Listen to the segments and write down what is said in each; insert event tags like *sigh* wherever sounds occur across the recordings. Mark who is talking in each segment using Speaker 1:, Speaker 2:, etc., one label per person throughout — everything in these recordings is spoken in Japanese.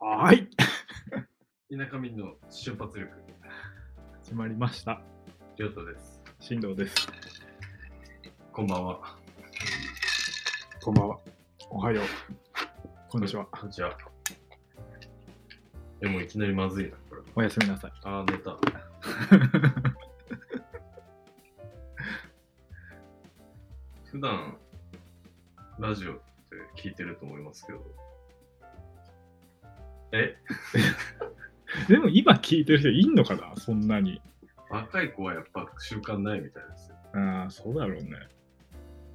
Speaker 1: はい。
Speaker 2: 田舎民の瞬発力。
Speaker 1: 始まりました。
Speaker 2: りょうとです。
Speaker 1: 進藤です。
Speaker 2: こんばんは。
Speaker 1: こんばんは。おはよう。こんにちは。
Speaker 2: こんにちは。でもいきなりまずいな、これ。
Speaker 1: おやすみなさい。
Speaker 2: ああ、寝た。 *laughs* 普段、ラジオって聞いてると思いますけど。え
Speaker 1: でも今聞いてる人いんのかなそんなに。
Speaker 2: 若い子はやっぱ習慣ないみたいですよ。
Speaker 1: ああ、そうだろうね。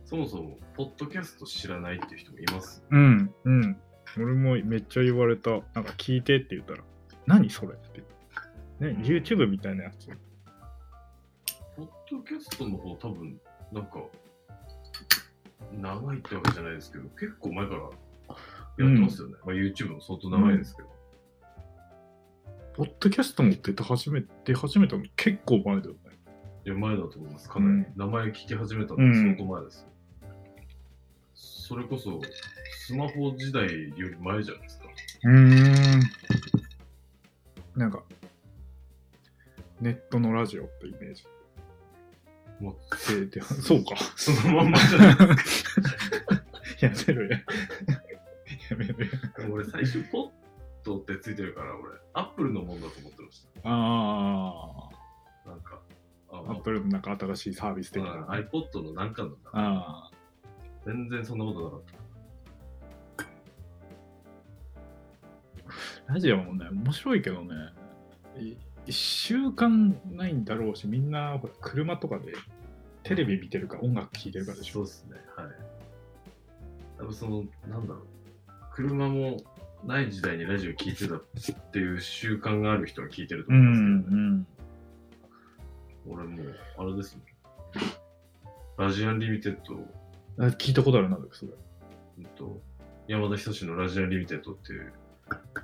Speaker 2: そもそも、ポッドキャスト知らないっていう人もいます、
Speaker 1: うん、うん。俺もめっちゃ言われた。なんか聞いてって言ったら、何それって。ね、YouTube みたいなやつ。
Speaker 2: ポッドキャストの方多分、なんか、長いってわけじゃないですけど、結構前からやってますよね。うん、まあ、YouTube も相当長いですけど。
Speaker 1: うん、ポッドキャストも出て始め出始めたの結構前だよね。
Speaker 2: いや、前だと思います。かなり。うん、名前聞き始めたの相当前です、それこそ、スマホ時代より前じゃないですか。
Speaker 1: うーん。なんか、ネットのラジオってイメージ。
Speaker 2: 持っ
Speaker 1: *laughs*
Speaker 2: て
Speaker 1: そうか。
Speaker 2: そのまんまじゃない。
Speaker 1: *laughs* やめろや。やめろ。
Speaker 2: *laughs* や。俺最初ポットってついてるから、俺、アップルのもんだと思ってました
Speaker 1: あ
Speaker 2: あ。なんか、
Speaker 1: アップルのなんか新しいサービス的な、
Speaker 2: ね。iPod のなんかの
Speaker 1: ああ。。
Speaker 2: 全然そんなことなかった
Speaker 1: ラジオもね、面白いけどね。1週間ないんだろうしみんなほら車とかでテレビ見てるか音楽聴いてるかでしょ
Speaker 2: そうですねはい多分そのなんだろう車もない時代にラジオ聴いてたっていう習慣がある人は聞いてると思いますけど、ね、うん、うん、俺もうあれですねラジアンリミテッド
Speaker 1: あ聞いたことあるなんだっけそれ、
Speaker 2: えっと、山田久志のラジアンリミテッドっていう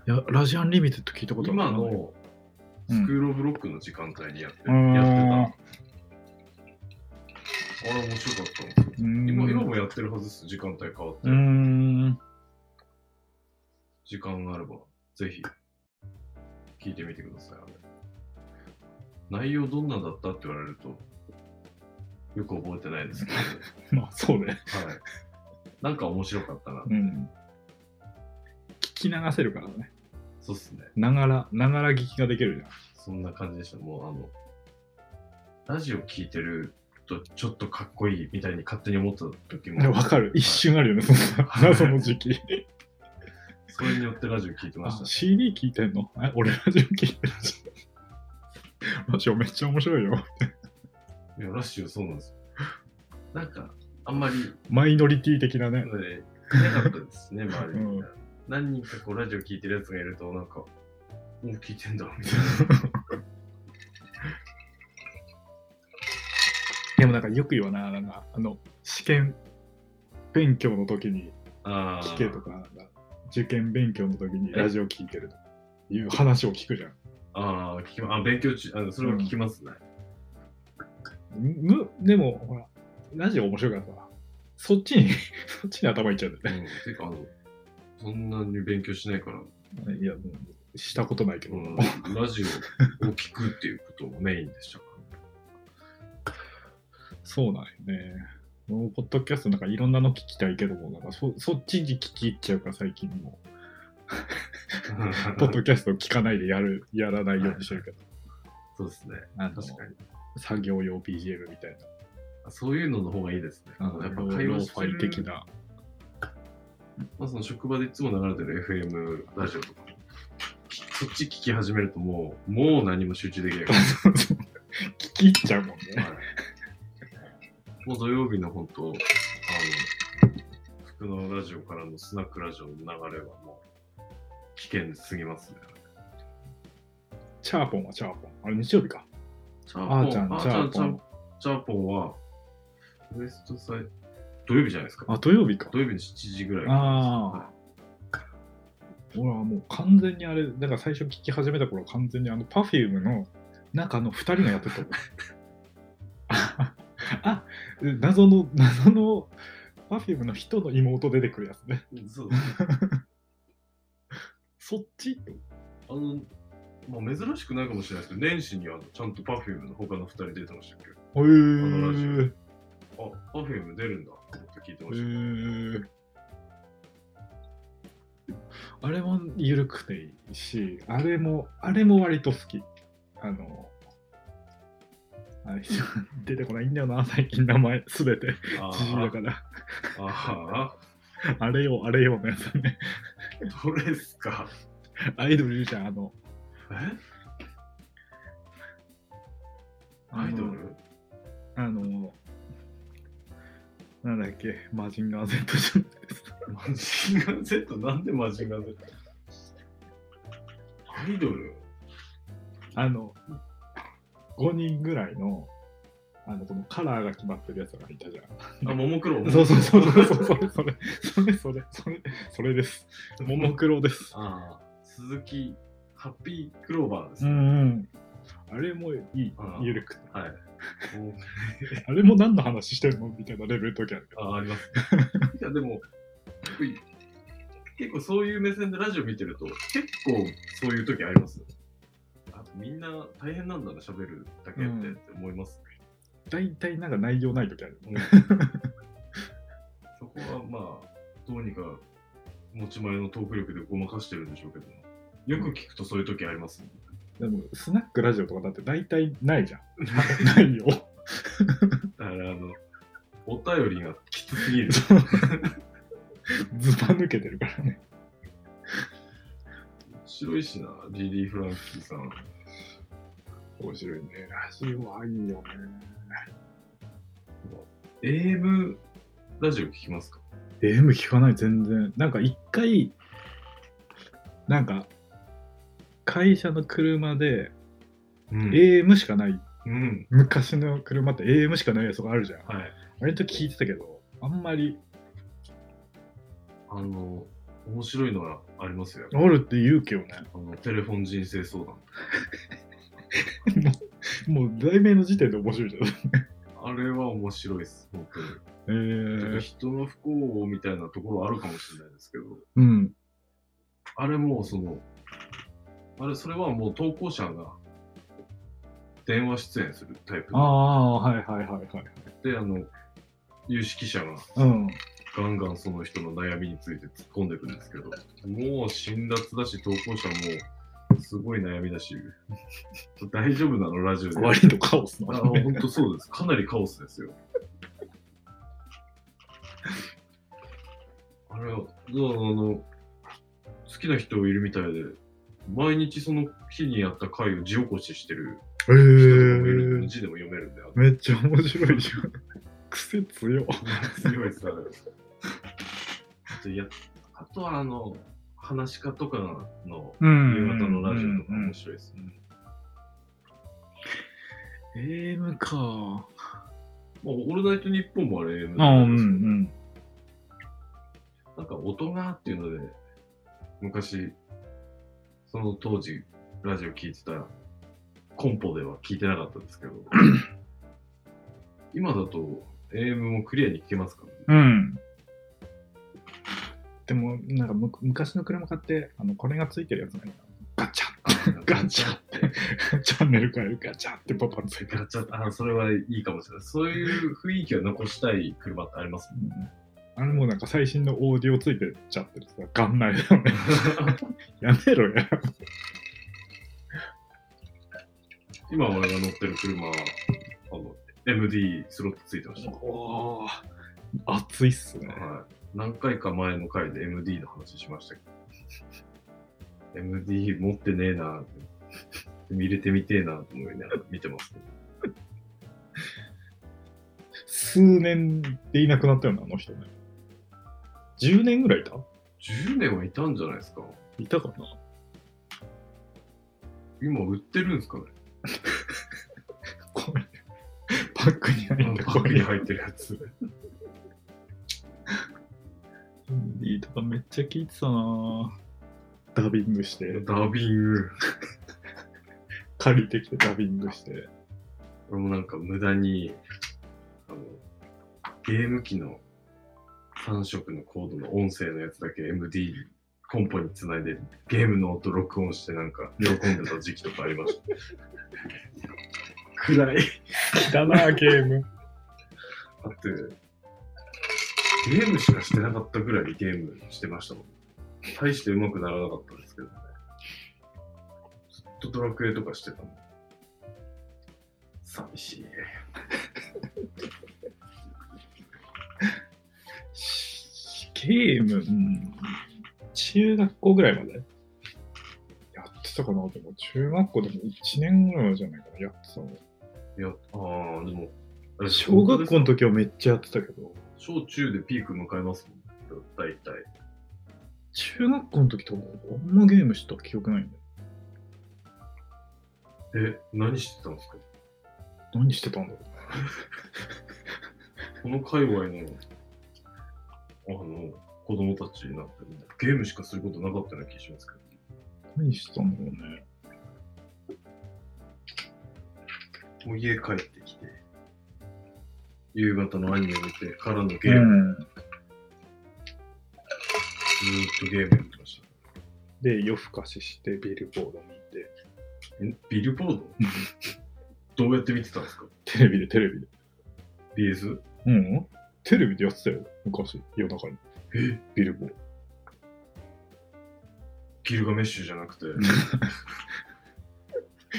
Speaker 1: いやラジアンリミテッド聞いたことある。
Speaker 2: 今のスクール・オブ・ロックの時間帯にやって,うん、やってた。あれ面白かったんですよ。今今もやってるはずです、時間帯変わって時間があれば、ぜひ、聞いてみてください。内容どんなだったって言われると、よく覚えてないで
Speaker 1: *laughs*
Speaker 2: すけど、ね。
Speaker 1: まあ、そうね。はい。
Speaker 2: なんか面白かったな、
Speaker 1: うん。聞き流せるからね。
Speaker 2: そうっすね。
Speaker 1: ながら、ながら聞きができるじゃん。
Speaker 2: そんな感じでした。もう、あの、ラジオ聞いてると、ちょっとかっこいいみたいに勝手に思った時も。
Speaker 1: *laughs* わかる。一瞬あるよね、その、その時期。
Speaker 2: それによってラジオ聞いてました、ね。
Speaker 1: CD 聞いてんの *laughs* 俺ラジオ聞いてる
Speaker 2: *laughs*
Speaker 1: し。ラジオめっちゃ面白いよ。
Speaker 2: いや、ラジオそうなんですよ。なんか、あんまり。
Speaker 1: マイノリティ的なね。
Speaker 2: いなかったですね、周りに。うん何人かこうラジオ聞いてるやつがいると、なんか、もう聞いてんだ、みたいな。
Speaker 1: でもなんかよく言わな、なんか、あの、試験勉強の時に聞けとか、なんか受験勉強の時にラジオ聞いてるという話を聞くじゃん。
Speaker 2: ああ、聞きま、あ、勉強中、あのそれは聞きますね。
Speaker 1: うん、むでも、ほら、ラジオ面白いからさ、そっちに *laughs* そっちに頭いっちゃうんだよね。。
Speaker 2: うん、てか、あの、そんなに勉強しないから、
Speaker 1: いや、したことないけど、うん。
Speaker 2: *laughs* ラジオを聞くっていうことをメインでしたから
Speaker 1: そうなんよね。もうポッドキャストなんかいろんなの聞きたいけども、なんかそそっちに聞き入っちゃうから最近もう。ポッドキャスト聞かないでやる、やらないようにしてるけど。
Speaker 2: そうですね。
Speaker 1: あの
Speaker 2: 確かに。
Speaker 1: 作業用 BGM みたい
Speaker 2: な。そういうのの方がいいですね。
Speaker 1: あのやっぱ会話してる的な。
Speaker 2: まあ、その職場でいつも流れてる FM ラジオとか、そっち聞き始めるともう、もう何も集中できないから。、
Speaker 1: *laughs* 聞き入っちゃうもんね。はい
Speaker 2: もう土曜日の本当、あの、服のラジオからのスナックラジオの流れはもう、危険すぎますね。
Speaker 1: チャーポンはチャーポン。あれ日曜日か。
Speaker 2: チャーポン、あーちゃん、チャーポン。チャーポンは、ウエストサイド。土曜日じゃないですか。
Speaker 1: あ、土曜日か。
Speaker 2: 土曜日の7時ぐらい
Speaker 1: ああ。はい、俺はもう完全にあれ、だから最初聞き始めた頃完全にあの Perfume の中の2人がやってたあ、謎の、謎の Perfume の人の妹出てくるやつね。
Speaker 2: そう。
Speaker 1: そっちと
Speaker 2: あの、まあ、珍しくないかもしれないですけど、年始にあのちゃんと Perfume の他の2人出てましたっけ
Speaker 1: へ
Speaker 2: のラジ
Speaker 1: ー
Speaker 2: あ、Perfume 出るんだと思って聞いて
Speaker 1: へ
Speaker 2: ましたけ
Speaker 1: ー
Speaker 2: ど。
Speaker 1: あれも緩くていいし、あれも、あれも割と好き。あの、あれ出てこないんだよな、最近名前、すべて。
Speaker 2: あ
Speaker 1: 知事だから。
Speaker 2: ーあ
Speaker 1: あれよ、あれよのやつね。 *laughs*
Speaker 2: ー、どれですか
Speaker 1: アイドルいるじゃん、あの。
Speaker 2: えアイドル
Speaker 1: あの、なんだっけ、マジンガー Z じゃないですか。
Speaker 2: マジンガー Z? なんでマジンガー Z? アイドル
Speaker 1: あの、5人ぐらいの、あの、このカラーが決まってるやつがいたじゃん。
Speaker 2: あ、ももクロ
Speaker 1: そうそうそうそうそう、それ、それ、それ、それ、それ、それです。ももクロです。
Speaker 2: あー鈴木、ハッピークローバーです
Speaker 1: う
Speaker 2: ね。
Speaker 1: んうん。あれもいい
Speaker 2: あ、
Speaker 1: ゆるくて。
Speaker 2: はい。もう
Speaker 1: あれも何の話してるのみたいなレベルの時あるけど。
Speaker 2: ああり *laughs* ます。いや、でも、僕結構そういう目線でラジオ見てると、結構そういう時ありますよ。あみんな大変なんだな、喋るだけっ
Speaker 1: う
Speaker 2: て
Speaker 1: ん
Speaker 2: って思います。
Speaker 1: 大体なんか内容ない時ある。
Speaker 2: うんそこはまあ、どうにか持ち前のトーク力でごまかしてるんでしょうけど、よく聞くとそういう時あります、ね。
Speaker 1: でも、スナックラジオとかだって大体ない
Speaker 2: *laughs*
Speaker 1: じゃん。ないよ。
Speaker 2: だから、あの、お便りがきつすぎる。
Speaker 1: *laughs* ずば抜けてるからね。
Speaker 2: 白いしな、DD フランキーさん。
Speaker 1: 面白いね。ラジオはいいよね。
Speaker 2: AM ラジオ聞きますか
Speaker 1: AM 聞かない、全然。なんか一回、なんか、会社の車で
Speaker 2: うん。
Speaker 1: AM しかない、
Speaker 2: うん。
Speaker 1: 昔の車って AM しかないやつとかあるじゃん。
Speaker 2: はい。
Speaker 1: あれと聞いてたけど、あんまり、
Speaker 2: あの、面白いのはありますよ。
Speaker 1: あるって言うけどね。
Speaker 2: あの、テレフォン人生相談。
Speaker 1: もう題名の時点で面白 *laughs* いじゃん。
Speaker 2: あれは面白いです、本当に。
Speaker 1: え
Speaker 2: ちょっと
Speaker 1: ー、
Speaker 2: 人の不幸みたいなところあるかもしれないですけど、
Speaker 1: うん。
Speaker 2: あれもうその、あれ、それはもう投稿者が電話出演するタイプ
Speaker 1: ああ、はいはいはいはい。
Speaker 2: で、あの、有識者が
Speaker 1: うん。
Speaker 2: ガンガンその人の悩みについて突っ込んでいくんですけど、もう辛辣だし、投稿者もすごい悩みだし、 *laughs* 大丈夫なのラジオで。
Speaker 1: 割とカオスな
Speaker 2: あ
Speaker 1: *laughs* のね。
Speaker 2: 本当そうです。かなりカオスですよ。あれは、どうあの、好きな人いるみたいで、毎日その日にやった回を字起こししてる
Speaker 1: え
Speaker 2: 人とかもいる
Speaker 1: ー
Speaker 2: んで、字でも読めるんで、あの
Speaker 1: めっちゃ面白いじゃん。癖強。
Speaker 2: 強いです、あれ。あといやあとは、あの、話し家とかの
Speaker 1: う
Speaker 2: 夕方のラジオとか面白いですね。
Speaker 1: AM か。
Speaker 2: まあ、オールナイトニッポンもあれ、
Speaker 1: あうんう
Speaker 2: なん
Speaker 1: ん。
Speaker 2: か音がっていうので、昔、その当時、ラジオ聞いてた、コンポでは聞いてなかったですけど、今だと AM もクリアに聞けますからね。
Speaker 1: うん。でも、なんかむ昔の車買って、あの、これがついてるやつないかなガチャガチャって、チャンネル変えるガチャってボタンついてる。
Speaker 2: ガチャあ、それはいいかもしれない。そういう雰囲気を残したい車ってありますもん
Speaker 1: うんあれもうなんか最新のオーディオついてっちゃってるさ、ガンナイだよね。 *laughs* やめろや。
Speaker 2: 今俺が乗ってる車は、あの、MD スロットついてました。
Speaker 1: おー熱いっすね。
Speaker 2: はい。何回か前の回で MD の話しましたけど。MD *laughs* 持ってねえなぁって。見れてみてえなぁと思いながら見てますね。
Speaker 1: 数年でいなくなったよね、あの人ね。10年ぐらいいた
Speaker 2: 10年はいたんじゃないですか
Speaker 1: いたかな
Speaker 2: 今売ってるんですかね
Speaker 1: これ、パックに
Speaker 2: パ
Speaker 1: 入って
Speaker 2: ックに入ってるやつ。
Speaker 1: いいとかめっちゃ聞いてたなぁダビングして、
Speaker 2: ダビング。
Speaker 1: 借りてきてダビングして。
Speaker 2: 俺もなんか無駄に、あの、ゲーム機の3色のコードの音声のやつだけ MD コンポにつないでゲームの音録音してなんか喜んでた時期とかありました。暗い。
Speaker 1: だな、ゲーム。
Speaker 2: だって、ゲームしかしてなかったぐらいゲームしてましたもん。大して上手くならなかったんですけどね。ずっとドラクエとかしてたもん。寂しい。
Speaker 1: ゲーム、うん、中学校ぐらいまでやってたかな、でも、中学校でも1年ぐらいじゃないかな、やってたの。
Speaker 2: いや、ああ、でも、あれ
Speaker 1: 小学校の時はめっちゃやってたけど、
Speaker 2: 小中でピーク迎えますもん、ね、大体。
Speaker 1: 中学校の時とか、あんまゲームした記憶ないんだよ。
Speaker 2: え、何してたんですか
Speaker 1: 何してたんだろ
Speaker 2: この界隈の、あの、子供たちになって、ゲームしかすることなかったような気しますけど。
Speaker 1: う。何してたんだろうね。
Speaker 2: もう家帰ってきて、夕方のアニメ見てからのゲー
Speaker 1: う
Speaker 2: ム、
Speaker 1: ん。
Speaker 2: ずーっとゲームやってまし
Speaker 1: で、夜更かしして、ビルボード見て、
Speaker 2: た。えビルボードどうやって見てたんですか
Speaker 1: テレビで、テレビで。
Speaker 2: ?BS?
Speaker 1: うんテレビでやってたよ、昔、夜中に。
Speaker 2: え
Speaker 1: ビルボード。 *laughs*
Speaker 2: ギルガメッシュじゃなくて、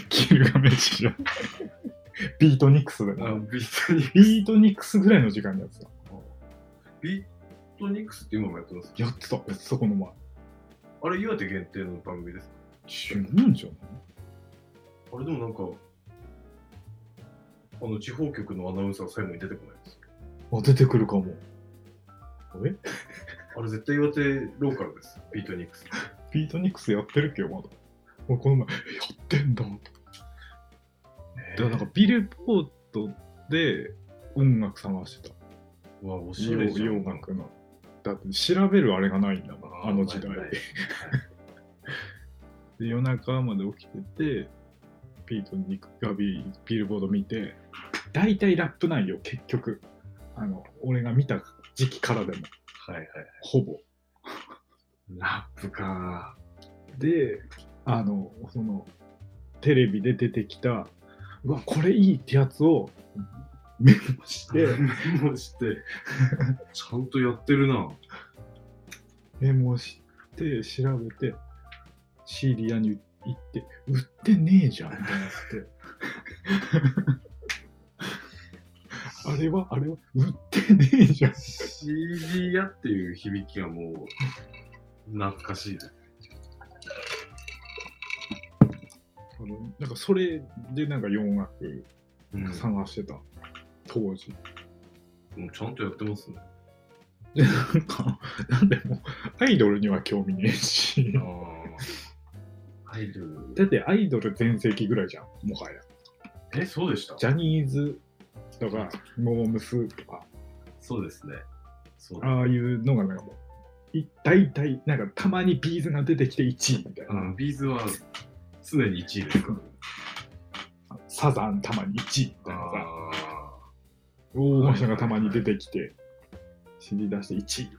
Speaker 1: キルガメッシュじゃん。ビートニックスだ
Speaker 2: あ
Speaker 1: よ、ね。
Speaker 2: ビートニック
Speaker 1: ビートニックスぐらいの時間にやってた。
Speaker 2: ビートニックスって今もやってます
Speaker 1: やってた、やってた、この前。
Speaker 2: あれ、岩手限定の番組ですか
Speaker 1: 違うんじゃない
Speaker 2: あれでもなんか、あの地方局のアナウンサー最後に出てこないです。
Speaker 1: あ、出てくるかも。え
Speaker 2: あれ絶対岩手ローカルです。ビートニックス。
Speaker 1: ビートニックスやってるっけよ、まだ。俺、この前、えやってんだと。だからなんか、ビルボードで音楽探してた。
Speaker 2: うわ、おしゃ
Speaker 1: 洋
Speaker 2: れじゃん。
Speaker 1: 洋楽の。だって、調べるあれがないんだもん、
Speaker 2: ー
Speaker 1: あの時代
Speaker 2: ない。ない
Speaker 1: で夜中まで起きてて、ピートに行くがビビルボード見て、大体ラップ内容、結局、あの俺が見た時期からでも、
Speaker 2: はいはい。
Speaker 1: ほぼ。
Speaker 2: ラップか
Speaker 1: で、あの、その、テレビで出てきた、うわ、これいいってやつをメモし
Speaker 2: ー。
Speaker 1: て、
Speaker 2: *laughs* メモして、ちゃんとやってるな。
Speaker 1: メモして、調べて、CD 屋に行って、売ってねえじゃんってなって。あれはあれは売ってねえじゃん。
Speaker 2: CD やっていう響きがもう、懐かしいです。
Speaker 1: あのなんかそれでなんか洋楽
Speaker 2: うん、
Speaker 1: 探してた、当時。
Speaker 2: もうちゃんとやってますね。
Speaker 1: で、なんか、なんでもアイドルには興味ねえし
Speaker 2: あ。
Speaker 1: *laughs*
Speaker 2: あ。アイド
Speaker 1: だ
Speaker 2: ル。
Speaker 1: ってアイドル全盛期ぐらいじゃん、もはや。
Speaker 2: え、そうでした
Speaker 1: ジャニーズとか、モームスとか、
Speaker 2: そうですね。そう
Speaker 1: ああいうのがなんかもう、い大体、なんかたまにビーズが出てきて1位みたいな。
Speaker 2: うん、ビーズは常に1位ですから、ね。
Speaker 1: サザンたまに1位みたいなさ。
Speaker 2: あ
Speaker 1: 大御所がたまに出てきて、知り出して1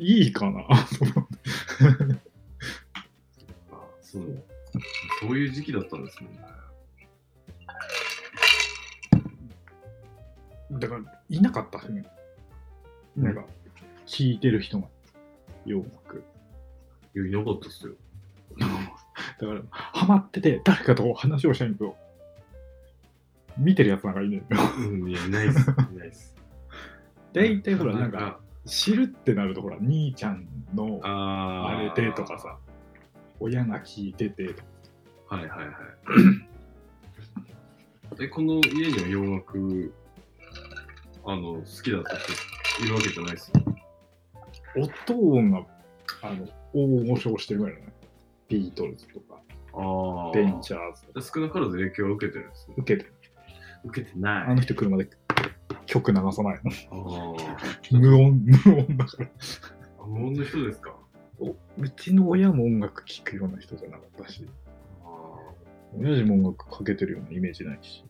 Speaker 1: 位。いいかな
Speaker 2: ーあー、そう。そういう時期だったんですもんね。
Speaker 1: だから、いなかったしね。なんか、聴いてる人が、洋楽。
Speaker 2: いや、いなかったっすよ。
Speaker 1: だから、ハマってて、誰かと話をしたいんだけど、見てるやつなんかいねえよ。
Speaker 2: うん、いや、ないっす。いないっす。
Speaker 1: 大体ほら、なんか、、知るってなると、ほら、兄ちゃんの
Speaker 2: あ
Speaker 1: あ
Speaker 2: ー
Speaker 1: れでとか。さ、親が聞いててとか、
Speaker 2: はいはいはい。え、この家には洋楽、あの、好きだった人いるわけじゃないっすよ。
Speaker 1: 音が、あの、大御所をしてるぐらいだね。ビートルズとか、
Speaker 2: ああ。
Speaker 1: ベンチャーズとか、
Speaker 2: 少なからず影響を受けてるんですね。
Speaker 1: 受けて、
Speaker 2: 受けてな
Speaker 1: あ
Speaker 2: い。
Speaker 1: の人車で曲流さないの。
Speaker 2: ああ。
Speaker 1: 無音、 *laughs* 無音だから。
Speaker 2: あ、無音の人ですか
Speaker 1: おうちの親も音楽聴くような人じゃなかったし、親父も音楽かけてるようなイメージないし。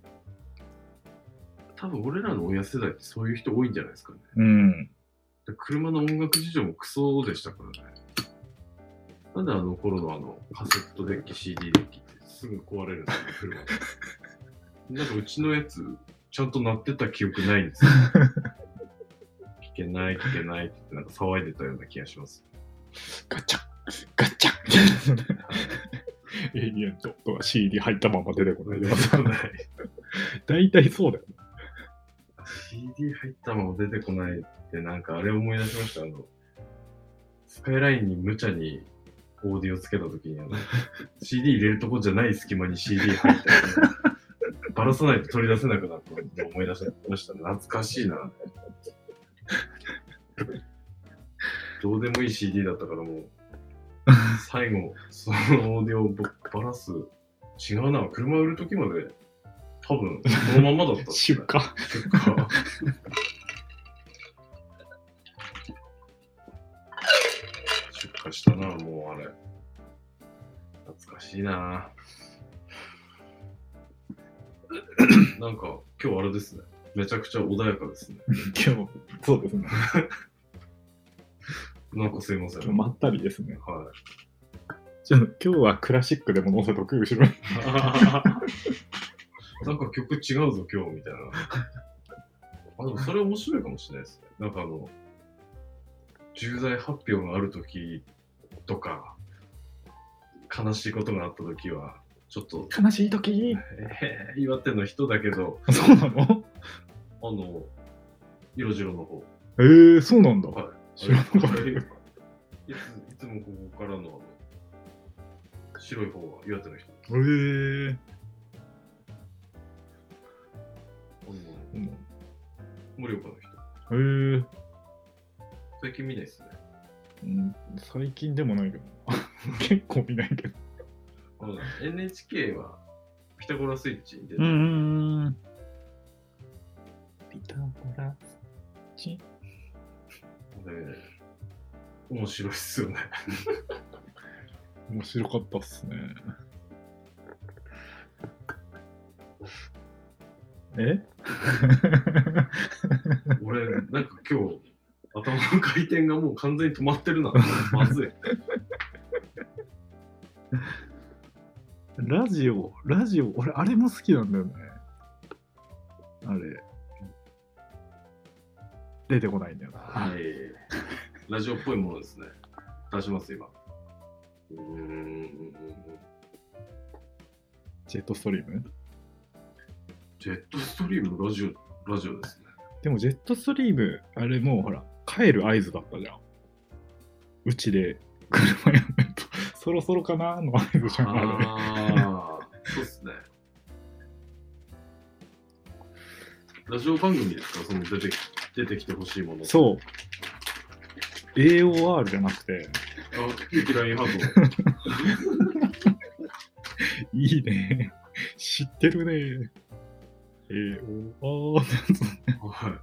Speaker 2: 多分俺らの親世代ってそういう人多いんじゃないですかね。
Speaker 1: うん。
Speaker 2: で車の音楽事情もクソでしたからね。なんであの頃のあの、カセットデッキ、CD デッキってすぐ壊れるんですよ、車が。なんかうちのやつ、ちゃんと鳴ってた記憶ないんですよ。聞けない、聞けないって言って、なんか騒いでたような気がします。
Speaker 1: ガチャガチャみたいな。
Speaker 2: *laughs*
Speaker 1: エイリアンとか CD 入ったまま出てこないでます。大体そう *laughs* だよね。
Speaker 2: CD 入ったまま出てこないって、なんかあれ思い出しました。あの、スカイラインに無茶にオーディオつけたときに、あの、CD 入れるとこじゃない隙間に CD 入ったりとかバラさないと取り出せなくなったのを思い出しましたね。懐かしいな。どうでもいい CD だったからもう、最後、そのオーディオをバラす、違うな、車売るときまで、多分、そのままだったっすね、
Speaker 1: 出荷。
Speaker 2: 結構 *laughs* 出荷したな、もうあれ。懐かしいな。なんか、今日あれですね。めちゃくちゃ穏やかですね。
Speaker 1: 今日、そうですね。
Speaker 2: なんかすいません。
Speaker 1: 今日まったりですね。
Speaker 2: はい。
Speaker 1: じゃあ今日はクラシックでも載せとく後ろに。
Speaker 2: *laughs* なんか曲違うぞ、今日、みたいな。あ、でもそれ面白いかもしれないですね。なんかあの、重大発表がある時とか、悲しいことがあった時は、ちょっと、
Speaker 1: 悲しい時
Speaker 2: えー、岩手の人だけど、
Speaker 1: そうなの
Speaker 2: あの、色白の方。
Speaker 1: えー、そうなんだ。
Speaker 2: はい
Speaker 1: 知らなかった
Speaker 2: あれいついつもここからのあの白い方は岩手の人。
Speaker 1: えー、
Speaker 2: あ
Speaker 1: そ
Speaker 2: の
Speaker 1: うなんだ
Speaker 2: 盛岡の人。
Speaker 1: えー、
Speaker 2: 最近見ないですね。
Speaker 1: うん、最近でもないけど。 *laughs* 結構見ないけど。
Speaker 2: あの NHK はピタゴラスイッチに出て、
Speaker 1: んうん。ピタゴラ。ち
Speaker 2: で面白いっすよね。 *laughs*
Speaker 1: 面白かったっす *laughs* ね。え
Speaker 2: 俺、なんか今日、頭の回転がもう完全に止まってるな。まずい。
Speaker 1: *laughs* ラジオ、ラジオ、俺、あれも好きなんだよね。あれ。出てこないんだよな。
Speaker 2: はい。ラジオっぽいものですね。出します、今。うーん。
Speaker 1: ジェットストリーム
Speaker 2: ジェットストリームラジオ、ラジオですね。
Speaker 1: でも、ジェットストリーム、あれもうほら、帰る合図だったじゃん。うちで車やめると、そろそろかなーの合図じゃん。あれ
Speaker 2: ああ、そうっすね。ラジオ番組ですかその出てき出てきてほしいもの。う。
Speaker 1: そう。AOR じゃなくて、
Speaker 2: あ、キューティラインハー
Speaker 1: いいね。知ってるね。AOR。
Speaker 2: ト。 *laughs* はい。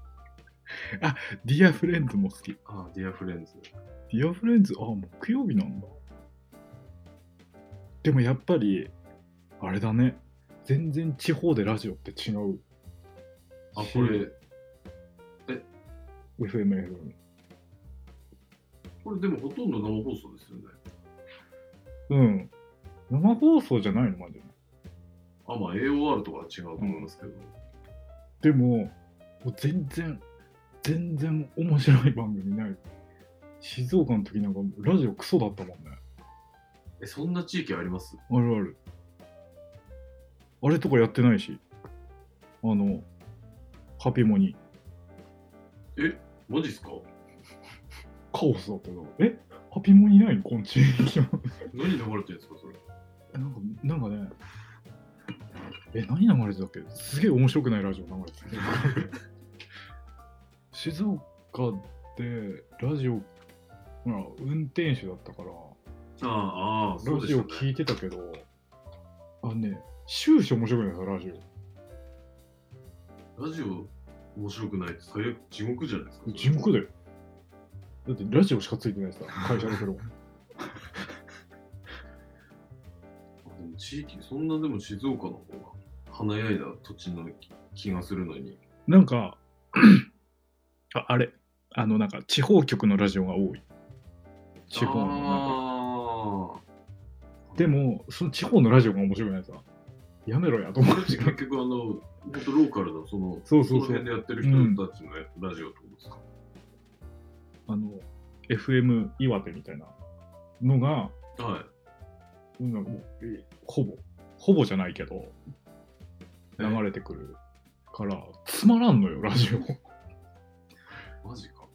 Speaker 1: ディアフレンズも好き。デ
Speaker 2: あ、ディアフレンズ。
Speaker 1: ィアフレンズ、あ、木曜日なんだ。でもやっぱり、あれだね。全然地方でラジオって違う。
Speaker 2: あ、これ、
Speaker 1: FMFM。
Speaker 2: これでもほとんど生放送ですよね。
Speaker 1: うん。生放送じゃないのマジで。
Speaker 2: あ、まあ AOR とかは違うと思いますけど。
Speaker 1: でも、もう全然、全然面白い番組ない。静岡の時なんかもうラジオクソだったもんね。
Speaker 2: え、そんな地域あります
Speaker 1: あるある。あれとかやってないし。あの、ハピモに。
Speaker 2: マジっすか
Speaker 1: カオスだったけど。えハピモにないのこんち。 *laughs*
Speaker 2: 何流れてるんですかそれ。
Speaker 1: なんか、なんかね。え、何流れてたっけすげえ面白くないラジオ流れてた。 *laughs* 静岡でラジオ、ほら、運転手だったから、
Speaker 2: ああ、ああ、そう
Speaker 1: ラ
Speaker 2: で
Speaker 1: ジオ
Speaker 2: しょ、
Speaker 1: 聞
Speaker 2: ね。
Speaker 1: いてたけど、あのね、終始面白くないですよ、ラジ
Speaker 2: ラジオ面白くないって最悪地獄じゃないですか
Speaker 1: オ。
Speaker 2: それ
Speaker 1: 地獄だよ。だってラジオしかついて *laughs* ないさ、会社の頃。
Speaker 2: あでも地域、そんなでも静岡の方が華やいだ土地の気がするのに。
Speaker 1: なんか、 *clears throat* ああれ、あの、なんか地方局のラジオが多い。地方のなんか。
Speaker 2: あああ。
Speaker 1: で、も、その地方のラジオが面白くないさ。やめろやと思
Speaker 2: 俺
Speaker 1: う。
Speaker 2: たち結局、あの、本当ローカルの、その、
Speaker 1: そうそう
Speaker 2: の
Speaker 1: そ
Speaker 2: 辺
Speaker 1: う。
Speaker 2: でやってる人たちのやラジオってことですか。
Speaker 1: あの、FM 岩手みたいなのが、
Speaker 2: はい。
Speaker 1: なんかもう、えほぼ、ほぼじゃないけど、流れてくるから、つまらんのよ、ラジオ。
Speaker 2: マジか。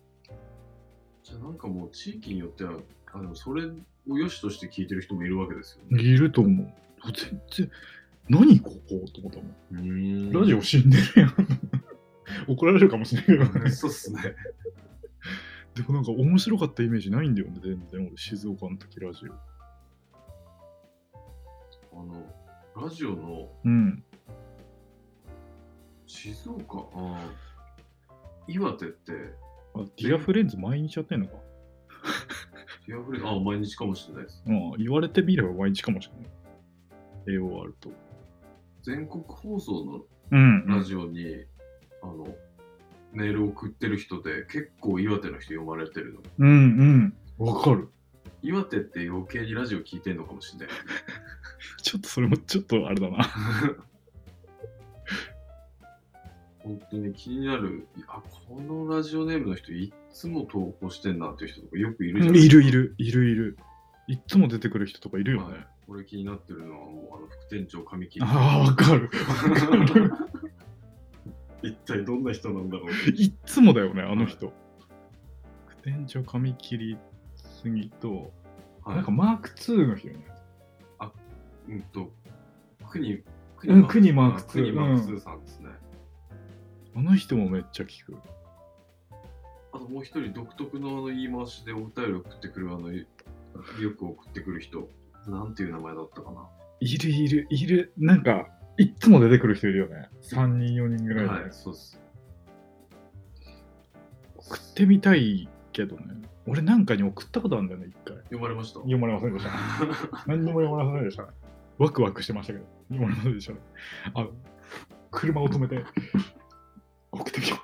Speaker 2: じゃあなんかもう地域によっては、あのそれを良しとして聞いてる人もいるわけですよね。
Speaker 1: いると思う。全然、何ここと思ったもん。ラジオ死んでるや *laughs* ん。怒られるかもしれないけどね。
Speaker 2: そうっすね。
Speaker 1: でもなんか面白かったイメージないんだよね、全然。俺、静岡の時ラジオ。
Speaker 2: あの、ラジオの
Speaker 1: うん。
Speaker 2: 静岡、あー岩手って、
Speaker 1: あ、ディアフレンズ毎日やってんのか。
Speaker 2: ディアフレあー、毎日かもしれないです。
Speaker 1: まあ、言われてみれば毎日かもしれない。AOR と。
Speaker 2: 全国放送
Speaker 1: うん
Speaker 2: のラジオに、あの、メールを送ってる人で、結構岩手の人読まれてるの。
Speaker 1: うんうん。わかる。
Speaker 2: 岩手って余計にラジオ聞いてんのかもしれない。
Speaker 1: ちょっとそれもちょっとあれだな。
Speaker 2: 本当に気になる、あ、このラジオネームの人、いっつも投稿してんなっていう人とかよくいるじゃない
Speaker 1: いるい。る、いるいる。いっつも出てくる人とかいるよ
Speaker 2: は
Speaker 1: ね
Speaker 2: い。これ気になってるのは、もうあの副店長神木。
Speaker 1: ああ、わかる。
Speaker 2: *laughs* 一体どんな人なんだろう。
Speaker 1: いっつもだよね、あの人。副店長髪切りすぎと、
Speaker 2: はい、
Speaker 1: なんかマーク2の人よね。
Speaker 2: うんと、国、
Speaker 1: うん国マークツー
Speaker 2: 国マーク2さんですね。
Speaker 1: あの人もめっちゃ聞く。
Speaker 2: あともう一人、独特のあの言い回しでお便り送ってくる、あの、よく送ってくる人。なんていう名前だったかな。
Speaker 1: いるいるいる。なんか、いっつも出てくる人いるよね。3人、4人ぐらいで。
Speaker 2: はい、そうです。
Speaker 1: 送ってみたいけどね。俺なんかに送ったことあるんだよね、一回。
Speaker 2: 読まれました。
Speaker 1: 読まれませんで
Speaker 2: *laughs*
Speaker 1: した。何にも読まれませんでした。ワクワクしてましたけど、読まれませんでした。あの、車を止
Speaker 2: *laughs*
Speaker 1: めて、送ってみよう。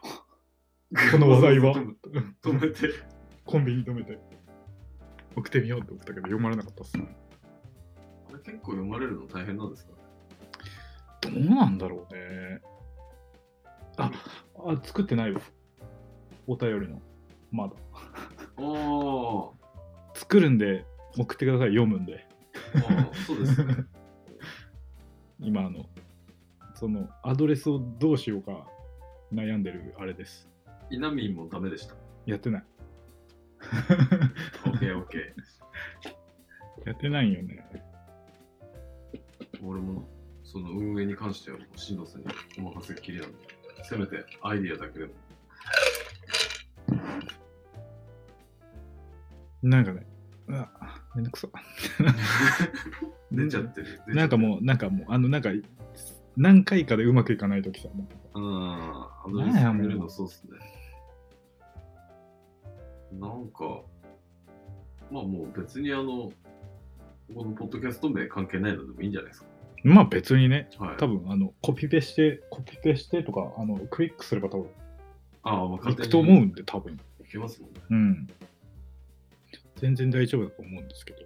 Speaker 1: この話題は。
Speaker 2: *laughs* 止めて。
Speaker 1: コンビニ止めて、送ってみようって送ったけど、読まれなかったっすね。
Speaker 2: あれ結構読まれるの大変なんですかね。
Speaker 1: どうなんだろうね。あ、あ作ってないわ。お便りの。まだ。
Speaker 2: あ
Speaker 1: 作るんで、送ってください、読むんで。
Speaker 2: あ、ああそうですね。
Speaker 1: 今、あの、その、アドレスをどうしようか悩んでるあれです。
Speaker 2: イナミンもダメでした。
Speaker 1: やってない。 *laughs*
Speaker 2: オッケーオッケ
Speaker 1: やってないよね。
Speaker 2: ー。俺もその運営に関してはもう進藤さんにお任せっきりなんで、せめてアイディアだけでも。
Speaker 1: なんかね、うわ、めんどくそ。
Speaker 2: *laughs* 出ちゃってる。
Speaker 1: なんかもう、なんかもう、あの、なんか、何回かでうまくいかないときさ、もう
Speaker 2: う。ああ、あの
Speaker 1: なんや
Speaker 2: 人
Speaker 1: もう
Speaker 2: 見るのそうっすね。なんか、まあもう別にあの、このポッドキャスト名関係ないのでもいいんじゃないです
Speaker 1: まあ別にね、
Speaker 2: か。はい。
Speaker 1: 多分あのコピペして、コピペしてとか、あのクリックすれば多分
Speaker 2: ああ、まあ勝
Speaker 1: い
Speaker 2: 手
Speaker 1: く
Speaker 2: に
Speaker 1: と思うんで、多分
Speaker 2: いけますもんね。
Speaker 1: うん。全然大丈夫だと思うんですけど。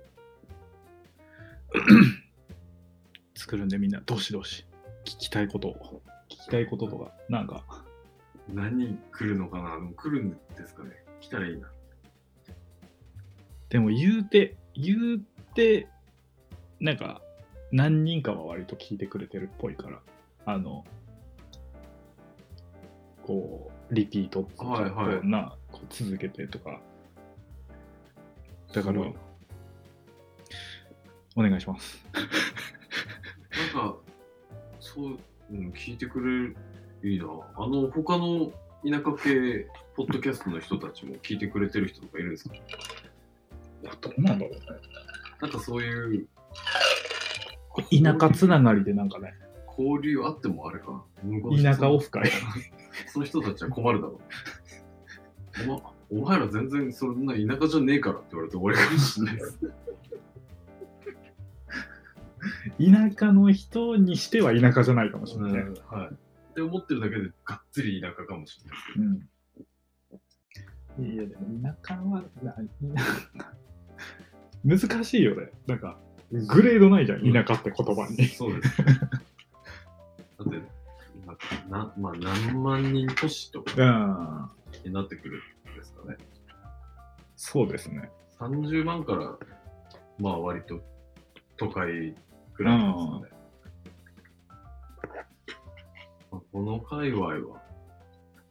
Speaker 1: 作るんでみんな、どしどし、聞きたいことを、聞きたいこととか、なんか、
Speaker 2: 何来るのかなでも来るんですかね来たらいいな。
Speaker 1: でも言うて、言うて、なんか、何人かは割と聞いてくれてるっぽいから、あの、こう、リピートってうか
Speaker 2: はいはい
Speaker 1: こうな、こう続けてとか、だから
Speaker 2: すごい
Speaker 1: お願いします。
Speaker 2: なんか、そう、うん、聞いてくれる、いいな。あの、他の田舎系、ポッドキャストの人たちも聞いてくれてる人とかいるんですか
Speaker 1: どうなんだろうね。
Speaker 2: なんかそういう
Speaker 1: 田舎つながりでなんかね、
Speaker 2: 交流あってもあれかな。
Speaker 1: 田舎オフ会。
Speaker 2: *laughs* その人たちは困るだろう。おまお前ら全然そんな田舎じゃねえからって言われて終わりかもしれないです。
Speaker 1: 田舎の人にしては田舎じゃないかもしれないね。
Speaker 2: うんはい。って思ってるだけでがっつり田舎かもしれない。
Speaker 1: うん。いや、でも田舎は、な難しいよね。なんか、グレードないじゃん、
Speaker 2: うん
Speaker 1: 田舎って言葉に。
Speaker 2: そうです。だって、ななまあ、何万人都市とか
Speaker 1: うん。
Speaker 2: になってくるんですかね。
Speaker 1: そうですね。
Speaker 2: 30万から、まあ割と都会くらいなんですかね。まあこの界隈は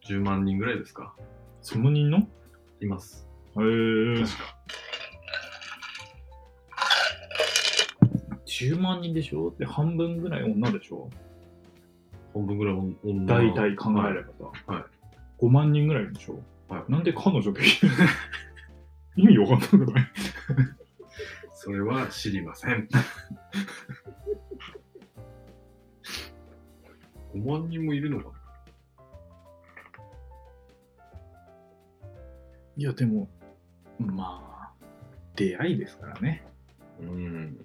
Speaker 2: 10万人ぐらいですか
Speaker 1: その人のへ
Speaker 2: います。
Speaker 1: えー。
Speaker 2: 確
Speaker 1: か。10万人でしょって半分ぐらい女でしょ
Speaker 2: 本分ぐらい女
Speaker 1: 大体考えれ
Speaker 2: ば。
Speaker 1: ばさ。
Speaker 2: はい
Speaker 1: 5万人ぐらいいるでしょ
Speaker 2: はい
Speaker 1: なんで彼女できる意味わかんなくない
Speaker 2: それは知りませ
Speaker 1: *laughs*
Speaker 2: ん。5万人もいるのか
Speaker 1: いや、でも、まあ、出会いですからね。
Speaker 2: うん。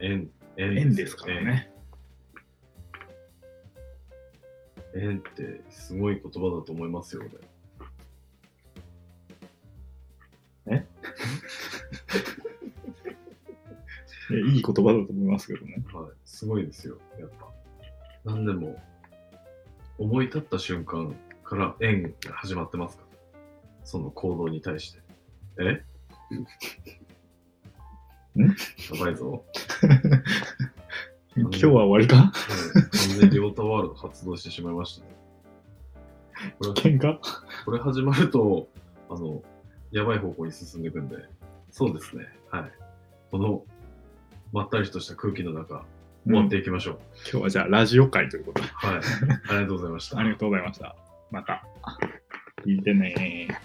Speaker 2: 縁、縁
Speaker 1: 縁ですから。ね。
Speaker 2: 縁ってすごい言葉だと思いますよ、
Speaker 1: いやいい言葉だと思いますけどね。
Speaker 2: 俺。はい。すごいですよ、やっぱ。何でも、思い立った瞬間から縁が始まってますから。その行動に対して。
Speaker 1: *laughs*
Speaker 2: え
Speaker 1: ん
Speaker 2: やばいぞ。
Speaker 1: 今日は終わりか
Speaker 2: はい完全に両タワールド発動してしまいましたね。これ
Speaker 1: 喧嘩
Speaker 2: これ始まると、あの、やばい方向に進んでいくんで、そうですね。はい。この、まったりとした空気の中、終わっていきましょう。
Speaker 1: 今日はじゃあラジオ会ということで。
Speaker 2: はい。ありがとうございました
Speaker 1: あ。りがとうございました。また。聞いてねー。